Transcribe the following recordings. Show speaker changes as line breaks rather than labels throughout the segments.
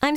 I'm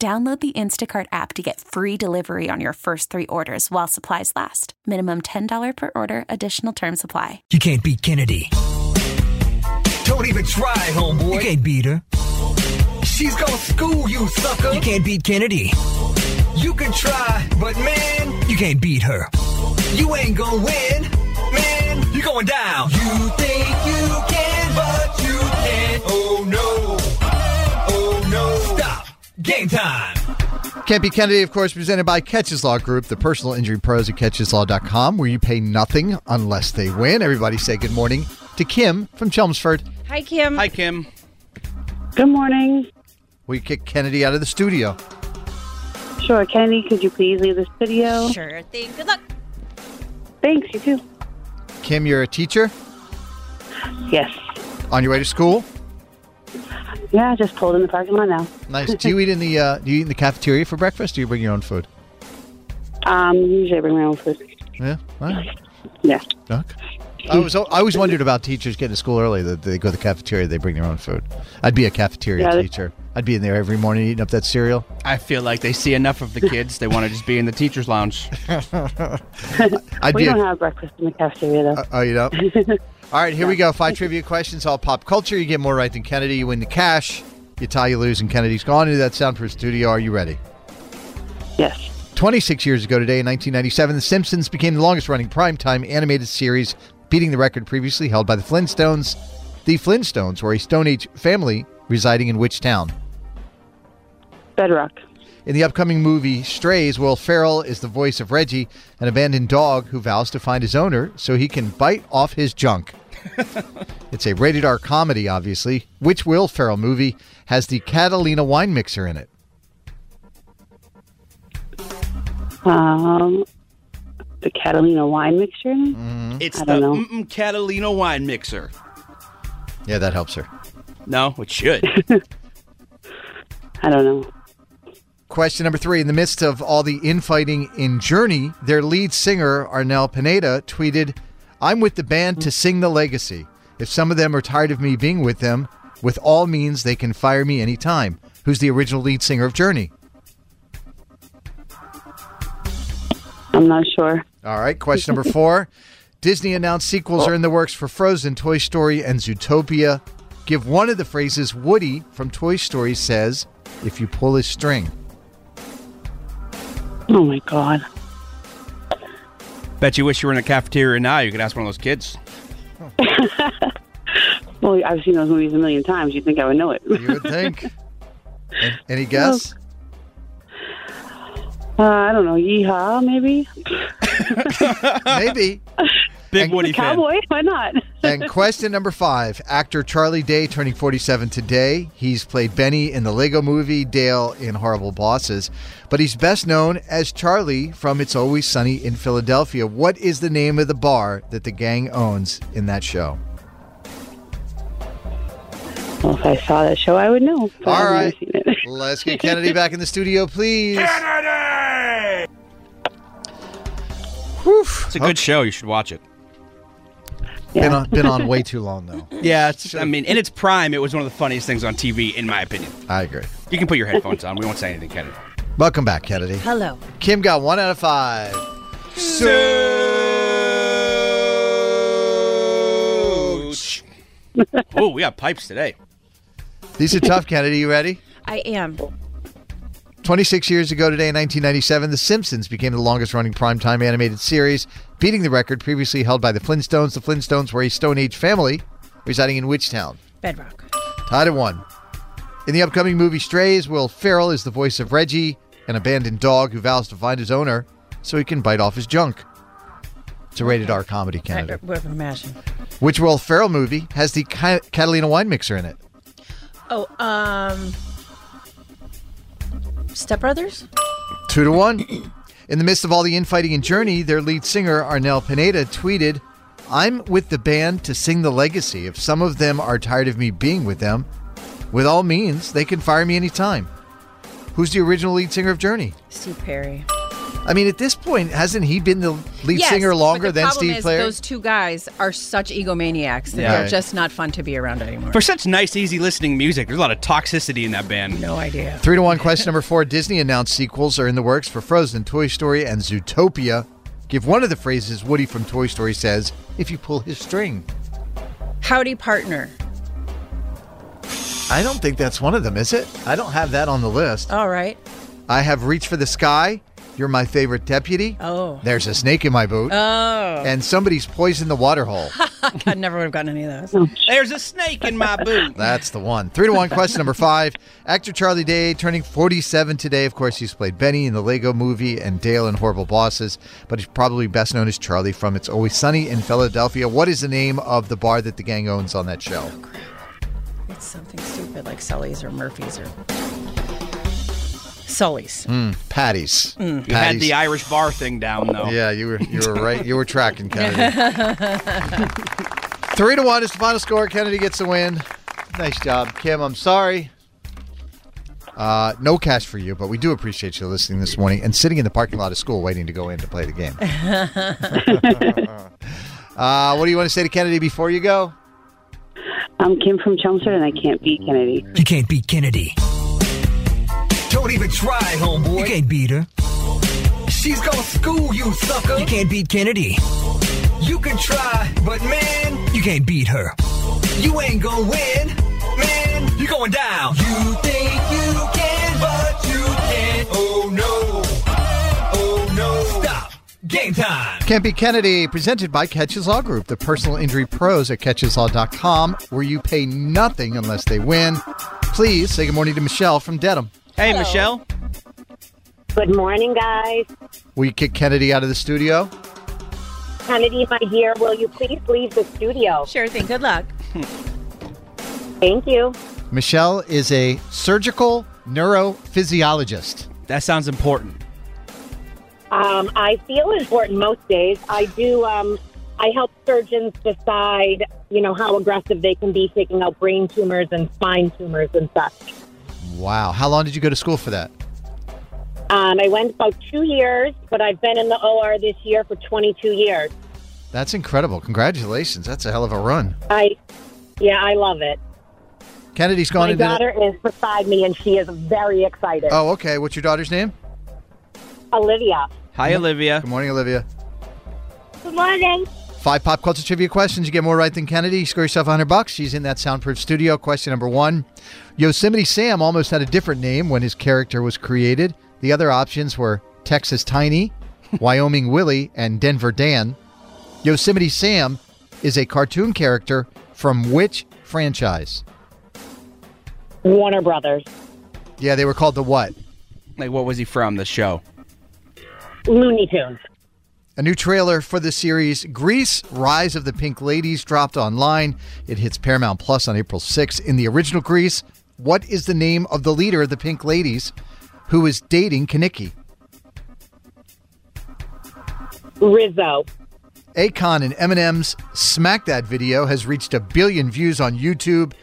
Download the Instacart app to get free delivery on your first three orders while supplies last. Minimum $10 per order, additional term supply.
You can't beat Kennedy.
Don't even try,
You
homeboy.
can't beat her.
She's gonna school you, sucker.
You can't beat Kennedy.
You can try, but man,
You can't beat her.
you ain't gonna win. Man, you're going down. You think you can, but you can't. Oh no. Oh no. Stop. Game time.
Can't Be Kennedy, of course, presented by Catches Law Group, the personal injury pros at catcheslaw.com, where you pay nothing unless they win. Everybody say good morning to Kim from Chelmsford.
Hi, Kim.
Hi, Kim.
Good morning.
We kick Kennedy out of the studio.
Sure, Kennedy, could you please leave the studio?
Sure thing. Good luck.
Thanks, you too.
Kim, you're a teacher
Yes.
on your way to school.
Yeah, I just pulled in the parking lot now.
Nice. Do you eat in the uh, do you eat in the cafeteria for breakfast? Or do you bring your own food?
Um, usually I bring my own food.
Yeah. All right.
Yeah.
Okay.
Mm.
I was I always wondered about teachers getting to school early. That they go to the cafeteria, they bring their own food. I'd be a cafeteria
Yeah, they-
teacher. I'd be in there every morning eating up that cereal.
I feel like they see enough of the kids. They want to just be in the teacher's lounge.
I'd
We
be a-
don't have breakfast in the cafeteria, though.
Oh, you don't? all right, here we go. Five trivia questions, all pop culture. You get more right than Kennedy. You win the cash. You tie, you lose, and Kennedy's gone into that soundproof studio. Are you ready?
yes.
26 years ago today, in 1997, The Simpsons became the longest running primetime animated series, beating the record previously held by The Flintstones. The Flintstones were a Stone Age family residing in which town?
Bedrock.
In the upcoming movie Strays, Will Ferrell is the voice of Reggie, an abandoned dog who vows to find his owner so he can bite off his junk. it's a rated R comedy, obviously. Which Will Ferrell movie has the Catalina wine mixer in it? Uh,
Um, the Catalina wine mixture.
Mm-hmm.
It's
I
the
don't know.
Mm-mm Catalina wine mixer.
Yeah, that helps her.
No, it should.
I don't know.
Question number three. In the midst of all the infighting in Journey, their lead singer, Arnell Pineda, tweeted, I'm with the band to sing the legacy. If some of them are tired of me being with them, with all means, they can fire me anytime. Who's the original lead singer of Journey?
I'm not sure.
All right. Question number four. Disney announced sequels are in the works for Frozen, Toy Story, and Zootopia. Give one of the phrases Woody from Toy Story says, if you pull his string.
Oh my god.
Bet you wish you were in a cafeteria now. You could ask one of those kids.
Well, I've seen those movies a million times. You'd think I would know it.
You would think. An- Any guess?
Uh, I don't know. Yeehaw, maybe.
Maybe.
Big
And-
Woody fan.
Cowboy. Why not?
And question number five actor Charlie Day turning 47 today. He's played Benny in the Lego movie, Dale in Horrible Bosses, but he's best known as Charlie from It's Always Sunny in Philadelphia. What is the name of the bar that the gang owns in that show?
Well, if I saw that show, I would know. but
All
I've never
right.
seen it.
Let's get Kennedy back in the studio, please. Kennedy!
It's a good show. You should watch it.
Been, on, been on way too long, though.
Yeah, it's, I mean, in its prime, it was one of the funniest things on TV, in my opinion.
I agree.
You can put your headphones on. We won't say anything, Kennedy.
Welcome back, Kennedy.
Hello.
Kim got one out of five.
Oh, we got pipes today.
These are tough, Kennedy. You ready?
I am.
26 years ago today, in 1997, The Simpsons became the longest running primetime animated series, beating the record previously held by The Flintstones. The Flintstones were a Stone Age family residing in which town?
Bedrock.
Tied at one. In the upcoming movie Strays, Will Ferrell is the voice of Reggie, an abandoned dog who vows to find his owner so he can bite off his junk. It's a rated R comedy,
I,
Canada.
what imagine.
Which Will Ferrell movie has the Ca- Catalina wine mixer in it?
Oh, um, Step Brothers.
Two to one. In the midst of all the infighting and journey, their lead singer, Arnell Pineda, tweeted, I'm with the band to sing the legacy. If some of them are tired of me being with them, with all means, they can fire me anytime. Who's the original lead singer of Journey?
Steve Perry.
I mean, at this point, hasn't he been the lead
Yes,
singer longer
but the
than
problem
Steve
is
Player?
Those two guys are such egomaniacs that
Yeah.
they're
Right.
just not fun to be around anymore.
For such nice, easy listening music, there's a lot of toxicity in that band.
no idea.
Three to one. Question number four. Disney announced sequels are in the works for Frozen, Toy Story, and Zootopia. Give one of the phrases Woody from Toy Story says, if you pull his string.
Howdy partner.
I don't think that's one of them, is it? I don't have that on the list.
All right.
I have Reach for the Sky. You're my favorite deputy.
Oh.
There's a snake in my boot.
Oh,
And somebody's poisoned the water hole.
I never would have gotten any of those.
There's a snake in my boot.
That's the one. Three to one. Question number five. Actor Charlie Day turning 47 today. Of course, he's played Benny in the Lego movie and Dale in Horrible Bosses, but he's probably best known as Charlie from It's Always Sunny in Philadelphia. What is the name of the bar that the gang owns on that show?
It's something stupid like Sully's or Murphy's or Sully's.
Hmm, Patty's.
Hmm.
You had
Patty's.
the Irish bar thing down, though.
Yeah, you were you were right. You were tracking, Kennedy. Three to one is the final score. Kennedy gets the win. Nice job, Kim. I'm sorry. Uh, no cash for you, but we do appreciate you listening this morning and sitting in the parking lot of school waiting to go in to play the game. uh, what do you want to say to Kennedy before you go?
I'm Kim from Chelmsford, and I can't beat Kennedy.
You can't beat Kennedy.
Don't even try,
You
homeboy.
can't beat her.
She's gonna school you, sucker.
You can't beat Kennedy.
You can try, but man,
You can't beat her.
you ain't gonna win. Man, you're going down. You think you can, but you can't. Oh no. Oh no. Stop. Game time.
Can't beat Kennedy, presented by Catches Law Group, the personal injury pros at catcheslaw.com, where you pay nothing unless they win. Please say good morning to Michelle from Dedham.
Hey, Michelle.
Good morning, guys.
Will you kick Kennedy out of the studio?
Kennedy, my dear, will you please leave the studio?
Sure thing. Good luck.
Thank you.
Michelle is a surgical neurophysiologist.
That sounds important.
Um, I feel important most days. I do. Um, I help surgeons decide, you know, how aggressive they can be taking out brain tumors and spine tumors and such.
Wow. How long did you go to school for that?
Um, I went about two years, but I've been in the OR this year for 22 years.
That's incredible. Congratulations. That's a hell of a run.
I, yeah, I love it.
Kennedy's gone
my
into.
daughter is beside me, and she is very excited.
oh, okay. What's your daughter's name?
Olivia.
Hi, Olivia.
Good morning, Olivia.
Good morning.
Five pop culture trivia questions. You get more right than Kennedy. You score yourself 100 bucks. She's in that soundproof studio. Question number one Yosemite Sam almost had a different name when his character was created. The other options were Texas Tiny, Wyoming Willie, and Denver Dan. Yosemite Sam is a cartoon character from which franchise?
Warner Brothers.
Yeah, they were called the what?
Like, what was he from? The show.
Looney Tunes.
A new trailer for the series Grease Rise of the Pink Ladies dropped online. It hits Paramount Plus on April 6th. In the original Grease, what is the name of the leader of the Pink Ladies who is dating Kanicki?
Rizzo.
Akon and Eminem's Smack That video has reached a billion views on YouTube.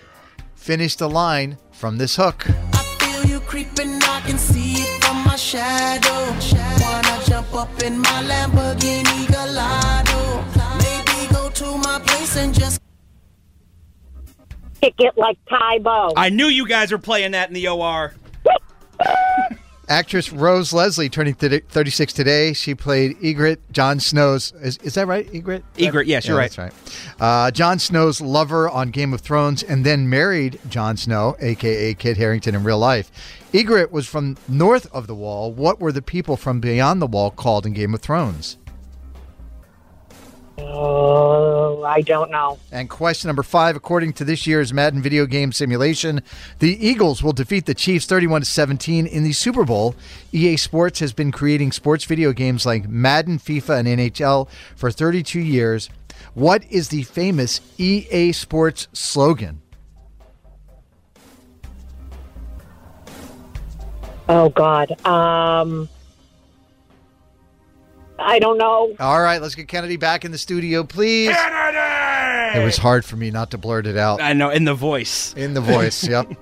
Finish the line from this hook.
Kick it like Tybo.
I knew you guys were playing that in the OR.
Actress Rose Leslie turning thirty- 36 today. She played Egret, Jon Snow's. Is, is that right, Egret?
Egret, yes, you're
Yeah,
right.
That's right. Uh, Jon Snow's lover on Game of Thrones and then married Jon Snow, aka Kit Harrington, in real life. Egret was from north of the wall. What were the people from beyond the wall called in Game of Thrones?
Oh, I don't know.
And question number five, according to this year's Madden video game simulation, the Eagles will defeat the Chiefs 31 to 17 in the Super Bowl. EA Sports has been creating sports video games like Madden, FIFA, and NHL for 32 years. What is the famous EA Sports slogan?
Oh God. Um, I don't know.
All right, let's get Kennedy back in the studio, please. Kennedy! It was hard for me not to blurt it out
I know, in the voice.
in the voice. yep. All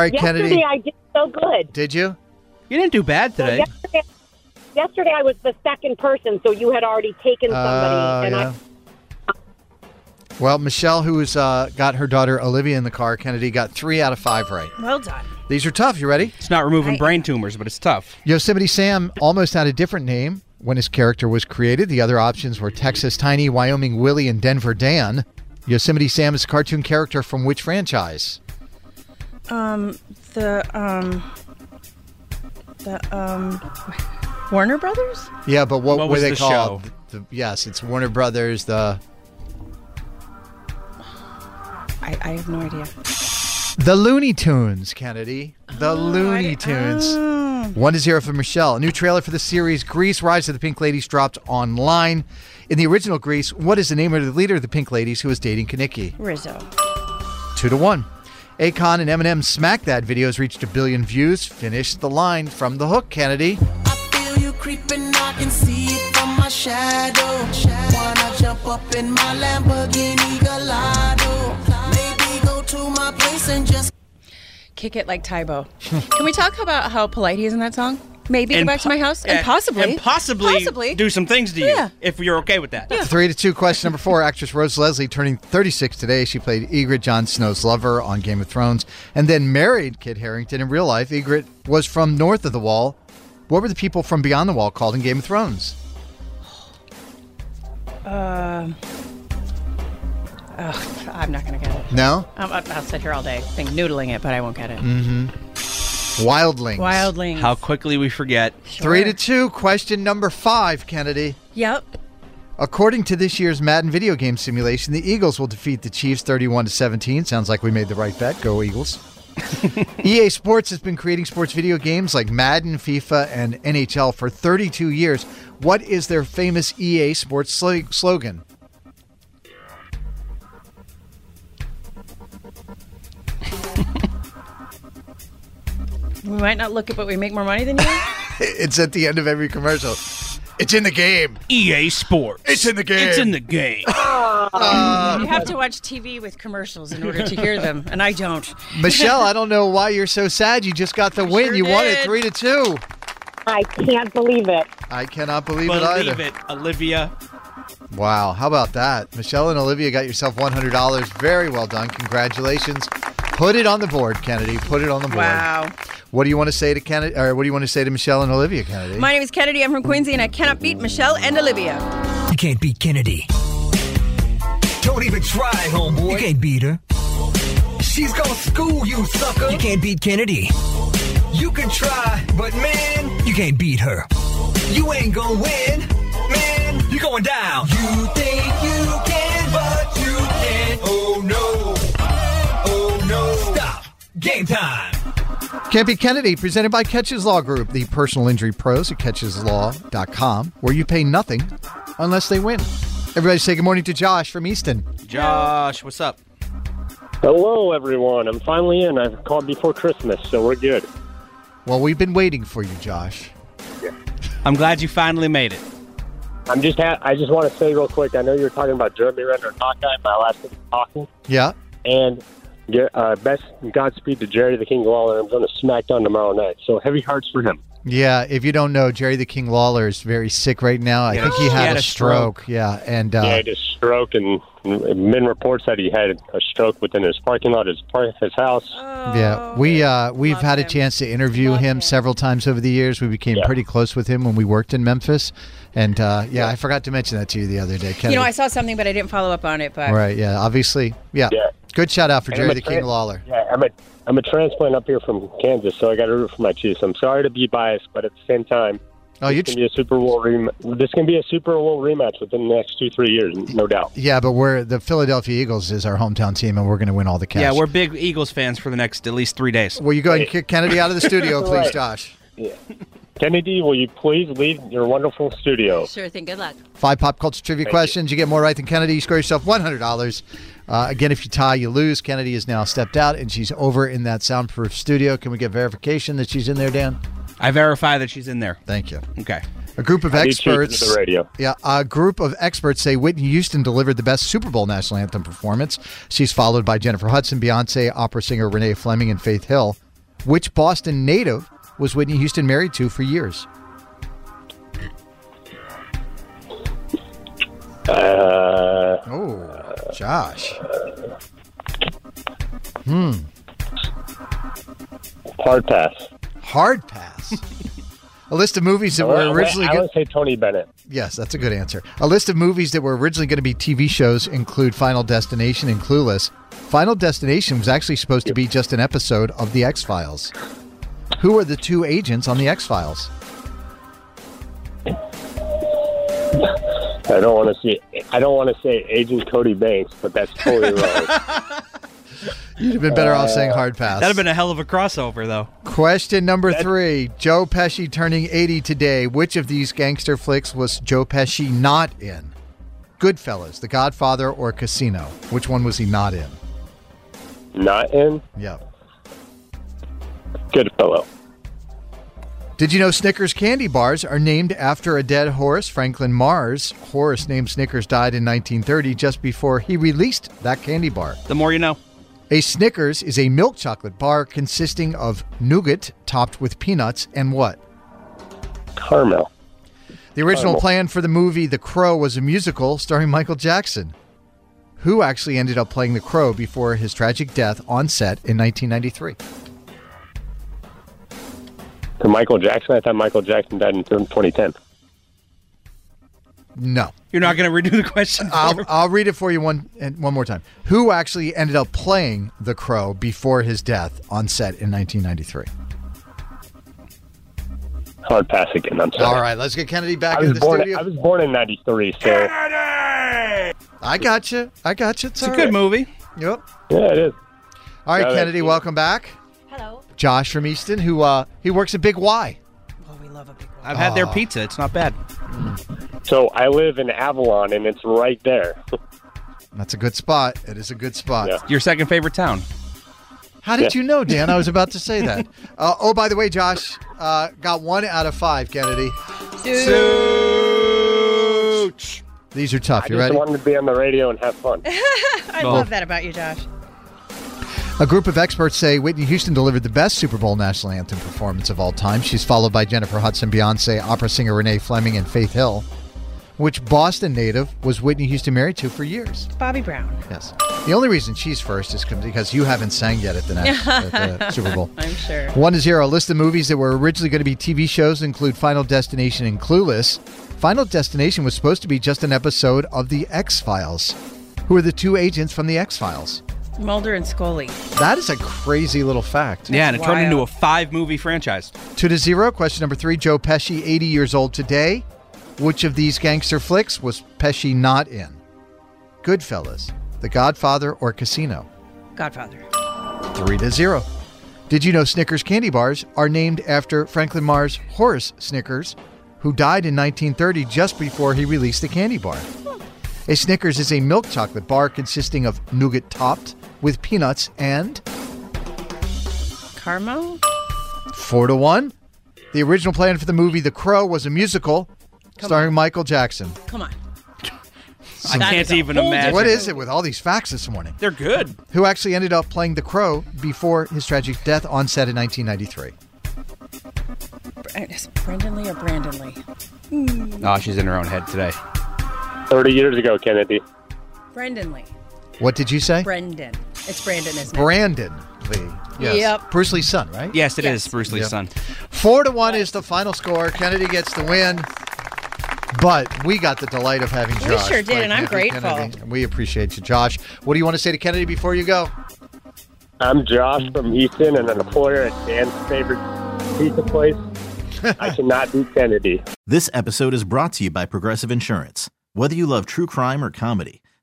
right,
Yesterday
Kennedy.
I did so good.
Did you?
You didn't do bad today.
Yesterday, yesterday I was the second person, so you had already taken somebody,
Oh,
and
yeah. Well, Michelle, who's uh, got her daughter Olivia in the car, Kennedy got three out of five right.
Well done.
These are tough. You ready?
It's not removing
I-
brain tumors, but it's tough.
Yosemite Sam almost had a different name when his character was created. The other options were Texas Tiny, Wyoming Willie, and Denver Dan. Yosemite Sam is a cartoon character from which franchise?
The um, the um, Warner Brothers.
Yeah, but what,
What
were
was
they
the
called?
show?
The- the- yes, it's Warner Brothers. The
I, I have no idea.
the Looney Tunes, Kennedy. The Looney Tunes. One to zero for Michelle. A new trailer for the series Grease: Rise of the Pink Ladies dropped online. In the original Grease, what is the name of the leader of the Pink Ladies who is dating Kaniki?
Rizzo.
Two to one. Akon and Eminem Smack That videos reached a billion views. Finish the line from the hook, Kennedy.
Kick it like Tybo. Can we talk about how polite he is in that song? Maybe go
And
back to
po-
my house
uh,
and possibly,
and possibly,
possibly
do some things to you
Yeah.
if you're okay with that.
Three to two. Question number four. Actress Rose Leslie turning 36 today. She played Egret, Jon Snow's lover on Game of Thrones, and then married Kit Harrington in real life. Egret was from north of the wall. What were the people from beyond the wall called in Game of Thrones?
uh, I'm not gonna get it.
No? Mm.
I'm, I'll sit here all day, think noodling it, but I won't get it.
Mm-hmm. Wildlings.
Wildlings.
How quickly we forget.
Three to two. Question number five, Kennedy.
Yep.
According to this year's Madden video game simulation, the Eagles will defeat the Chiefs 31 to 17. Sounds like we made the right bet. Go Eagles. EA Sports has been creating sports video games like Madden, FIFA, and NHL for 32 years. What is their famous EA Sports slo- slogan?
We might not look it, but we make more money than you.
It's at the end of every commercial. It's in the game.
EA E Sports.
It's in the game.
It's in the game.
Ah.
you have to watch TV with commercials in order to hear them, and I don't.
Michelle, I don't know why you're so sad. You just got the win.
sure
you won it
did.
3 to 2.
I, I can't believe it.
I cannot believe, it either.
Believe it, Olivia.
Wow, how about that? Michelle and Olivia got yourself $100. Very well done. Congratulations. Put it on the board, Kennedy. Put it on the board.
Wow.
What do you want to say to Kennedy or what do you want to say to Michelle and Olivia, Kennedy?
My name is Kennedy. I'm from Quincy, and I cannot beat Michelle and Olivia.
You can't beat Kennedy.
Don't even try,
You
homeboy.
can't beat her.
She's gonna school you, sucker.
You can't beat Kennedy.
You can try, but man,
You can't beat her.
you ain't gonna win. Man, you're going down. You think you can, but you can't. Oh no. Oh no. Stop. Game time.
Can't be Kennedy, presented by Catches Law Group, the personal injury pros at catcheslaw.com, where you pay nothing unless they win. Everybody say good morning to Josh from Easton.
Josh, what's up?
Hello, everyone. I'm finally in. I've called before Christmas, so we're good.
Well, we've been waiting for you, Josh.
I'm glad you finally made it.
I'm just. Ha- I just want to say real quick. I know you were talking about Jeremy Renner and Hawkeye. My last name is Hawking.
Yeah.
And yeah, uh, best Godspeed to Jerry the King Lawler. I'm going to SmackDown tomorrow night. So heavy hearts for him.
Yeah, if you don't know, Jerry the King Lawler is very sick right now. I
Yeah,
think he
he
had,
had
a
a stroke.
stroke. Yeah, and uh,
he had a stroke, and men reports that he had a stroke within his parking lot, his par- his house.
Oh,
Yeah, we uh, we've had a chance to interview him, several times over the years. We became pretty close with him when we worked in Memphis, and uh, yeah, I forgot to mention that to you the other day, Kennedy.
You know, I saw something, but I didn't follow up on it. But
right? Yeah, obviously, yeah.
Yeah.
Good shout out for
And I'm
Jerry
a
the
tran-
King Lawler.
Yeah, I'm a I'm a transplant up here from Kansas, so I got to root for my Chiefs. I'm sorry to be biased, but at the same time,
oh,
this can be a Super Bowl rem- This can be a Super Bowl rematch within the next two three years, no doubt.
Yeah, but we're the Philadelphia Eagles is our hometown team, and we're going to win all the cash.
Yeah, we're big Eagles fans for the next at least three days.
Will you go ahead and kick Kennedy out of the studio, please,
Right.
Josh?
Yeah. Kennedy, will you please leave your wonderful studio?
Sure thing. Good luck.
Five pop culture trivia
Thank you.
questions. You. get more right than Kennedy. You score yourself $100. Uh, again, if you tie, you lose. Kennedy is now stepped out and she's over in that soundproof studio. Can we get verification that she's in there, Dan?
I verify that she's in there.
Thank you.
Okay.
A group of
I need you to
experts.
the radio.
Yeah, a group of experts say Whitney Houston delivered the best Super Bowl national anthem performance. She's followed by Jennifer Hudson, Beyonce, opera singer Renee Fleming, and Faith Hill. Which Boston native was Whitney Houston married to for years?
Uh,
oh, Josh. Hmm.
Hard pass.
Hard pass. a list of movies that
I
were
would-
originally.
I
go-
would say Tony Bennett.
Yes, that's a good answer. A list of movies that were originally going to be TV shows include Final Destination and Clueless. Final Destination was actually supposed to be just an episode of The X Files. Who are the two agents on The X Files?
I don't want to see. I don't want to say Agent Cody Banks, but that's totally wrong.
You'd have been better off saying hard pass.
That'd have been a hell of a crossover, though.
Question number three Joe Pesci turning 80 today. Which of these gangster flicks was Joe Pesci not in? Goodfellas, The Godfather, or Casino? Which one was he not in?
Not in.
Yeah.
Good fellow.
Did you know Snickers candy bars are named after a dead horse, Franklin Mars? Horace named Snickers died in 1930, just before he released that candy bar.
The more you know.
A Snickers is a milk chocolate bar consisting of nougat topped with peanuts and what?
Caramel.
The original
Caramel.
plan for the movie The Crow was a musical starring Michael Jackson, who actually ended up playing The Crow before his tragic death on set in 1993.
To Michael Jackson, I thought Michael Jackson died in 2010.
No.
You're not going to redo the question.
I'll, I'll read it for you one and one more time. Who actually ended up playing the crow before his death on set in 1993?
Hard pass again. I'm sorry.
All right, let's get Kennedy back
I
in
was
the
born.
studio.
I was born in '93, so
I got you. I got you. It's,
a
all
good
right.
movie.
Yep.
yeah, it is.
All right,
Yeah, that's
Kennedy,
it.
welcome back. Hello. Josh from Easton, who uh he works at Big Y.
I've had their
Aw.
pizza. It's not bad.
So I live in Avalon, and it's right there.
That's a good spot. It is a good spot.
Your second favorite town.
How did
Yeah.
you know, Dan? I was about to say that. Uh, oh, by the way, Josh uh, got one out of five. Kennedy. Suits. These are tough.
I
You
just
ready?
wanted to be on the radio and have fun.
I
Oh.
love that about you, Josh.
A group of experts say Whitney Houston delivered the best Super Bowl national anthem performance of all time. She's followed by Jennifer Hudson, Beyonce, opera singer Renee Fleming, and Faith Hill. Which Boston native was Whitney Houston married to for years?
Bobby Brown.
Yes. The only reason she's first is 'cause- because you haven't sang yet at the, national, at the Super Bowl.
I'm sure.
One to zero. A list of movies that were originally going to be TV shows include Final Destination and Clueless. Final Destination was supposed to be just an episode of The X Files. Who are the two agents from The X Files?
Mulder and Scully.
That is a crazy little fact.
Yeah, and it turned into a five movie franchise.
Two to zero. Question number three Joe Pesci, 80 years old today. Which of these gangster flicks was Pesci not in? Goodfellas, The Godfather, or Casino?
Godfather.
Three to zero. Did you know Snickers candy bars are named after Franklin Mars Horace Snickers, who died in 1930 just before he released the candy bar? A Snickers is a milk chocolate bar consisting of nougat topped with peanuts and
Carmo?
Four to one. The original plan for the movie The Crow was a musical starring Michael Jackson.
Come on.
I
That
can't
is a
even
whole different
imagine.
What is it with all these facts this morning?
They're good.
Who actually ended up playing The Crow before his tragic death on set in 1993?
Is it Brendan Lee or Brandon Lee? Hmm,
Oh, she's in her own head today.
30 years ago, Kennedy.
Brendan Lee.
What did you say?
Brendan. It's Brandon, isn't it?
Brandon Lee. Yes.
Yep.
Bruce Lee's son, right?
Yes, it is Bruce Lee's
Yep.
son.
Four to one is the final score. Kennedy gets the win. But we got the delight of having
We
Josh.
sure did,
play
and I'm
Kennedy.
grateful.
Kennedy. We appreciate you, Josh. What do you want to say to Kennedy before you go?
I'm Josh from Easton and an employer at Dan's favorite pizza place. I cannot beat Kennedy.
This episode is brought to you by Progressive Insurance. Whether you love true crime or comedy,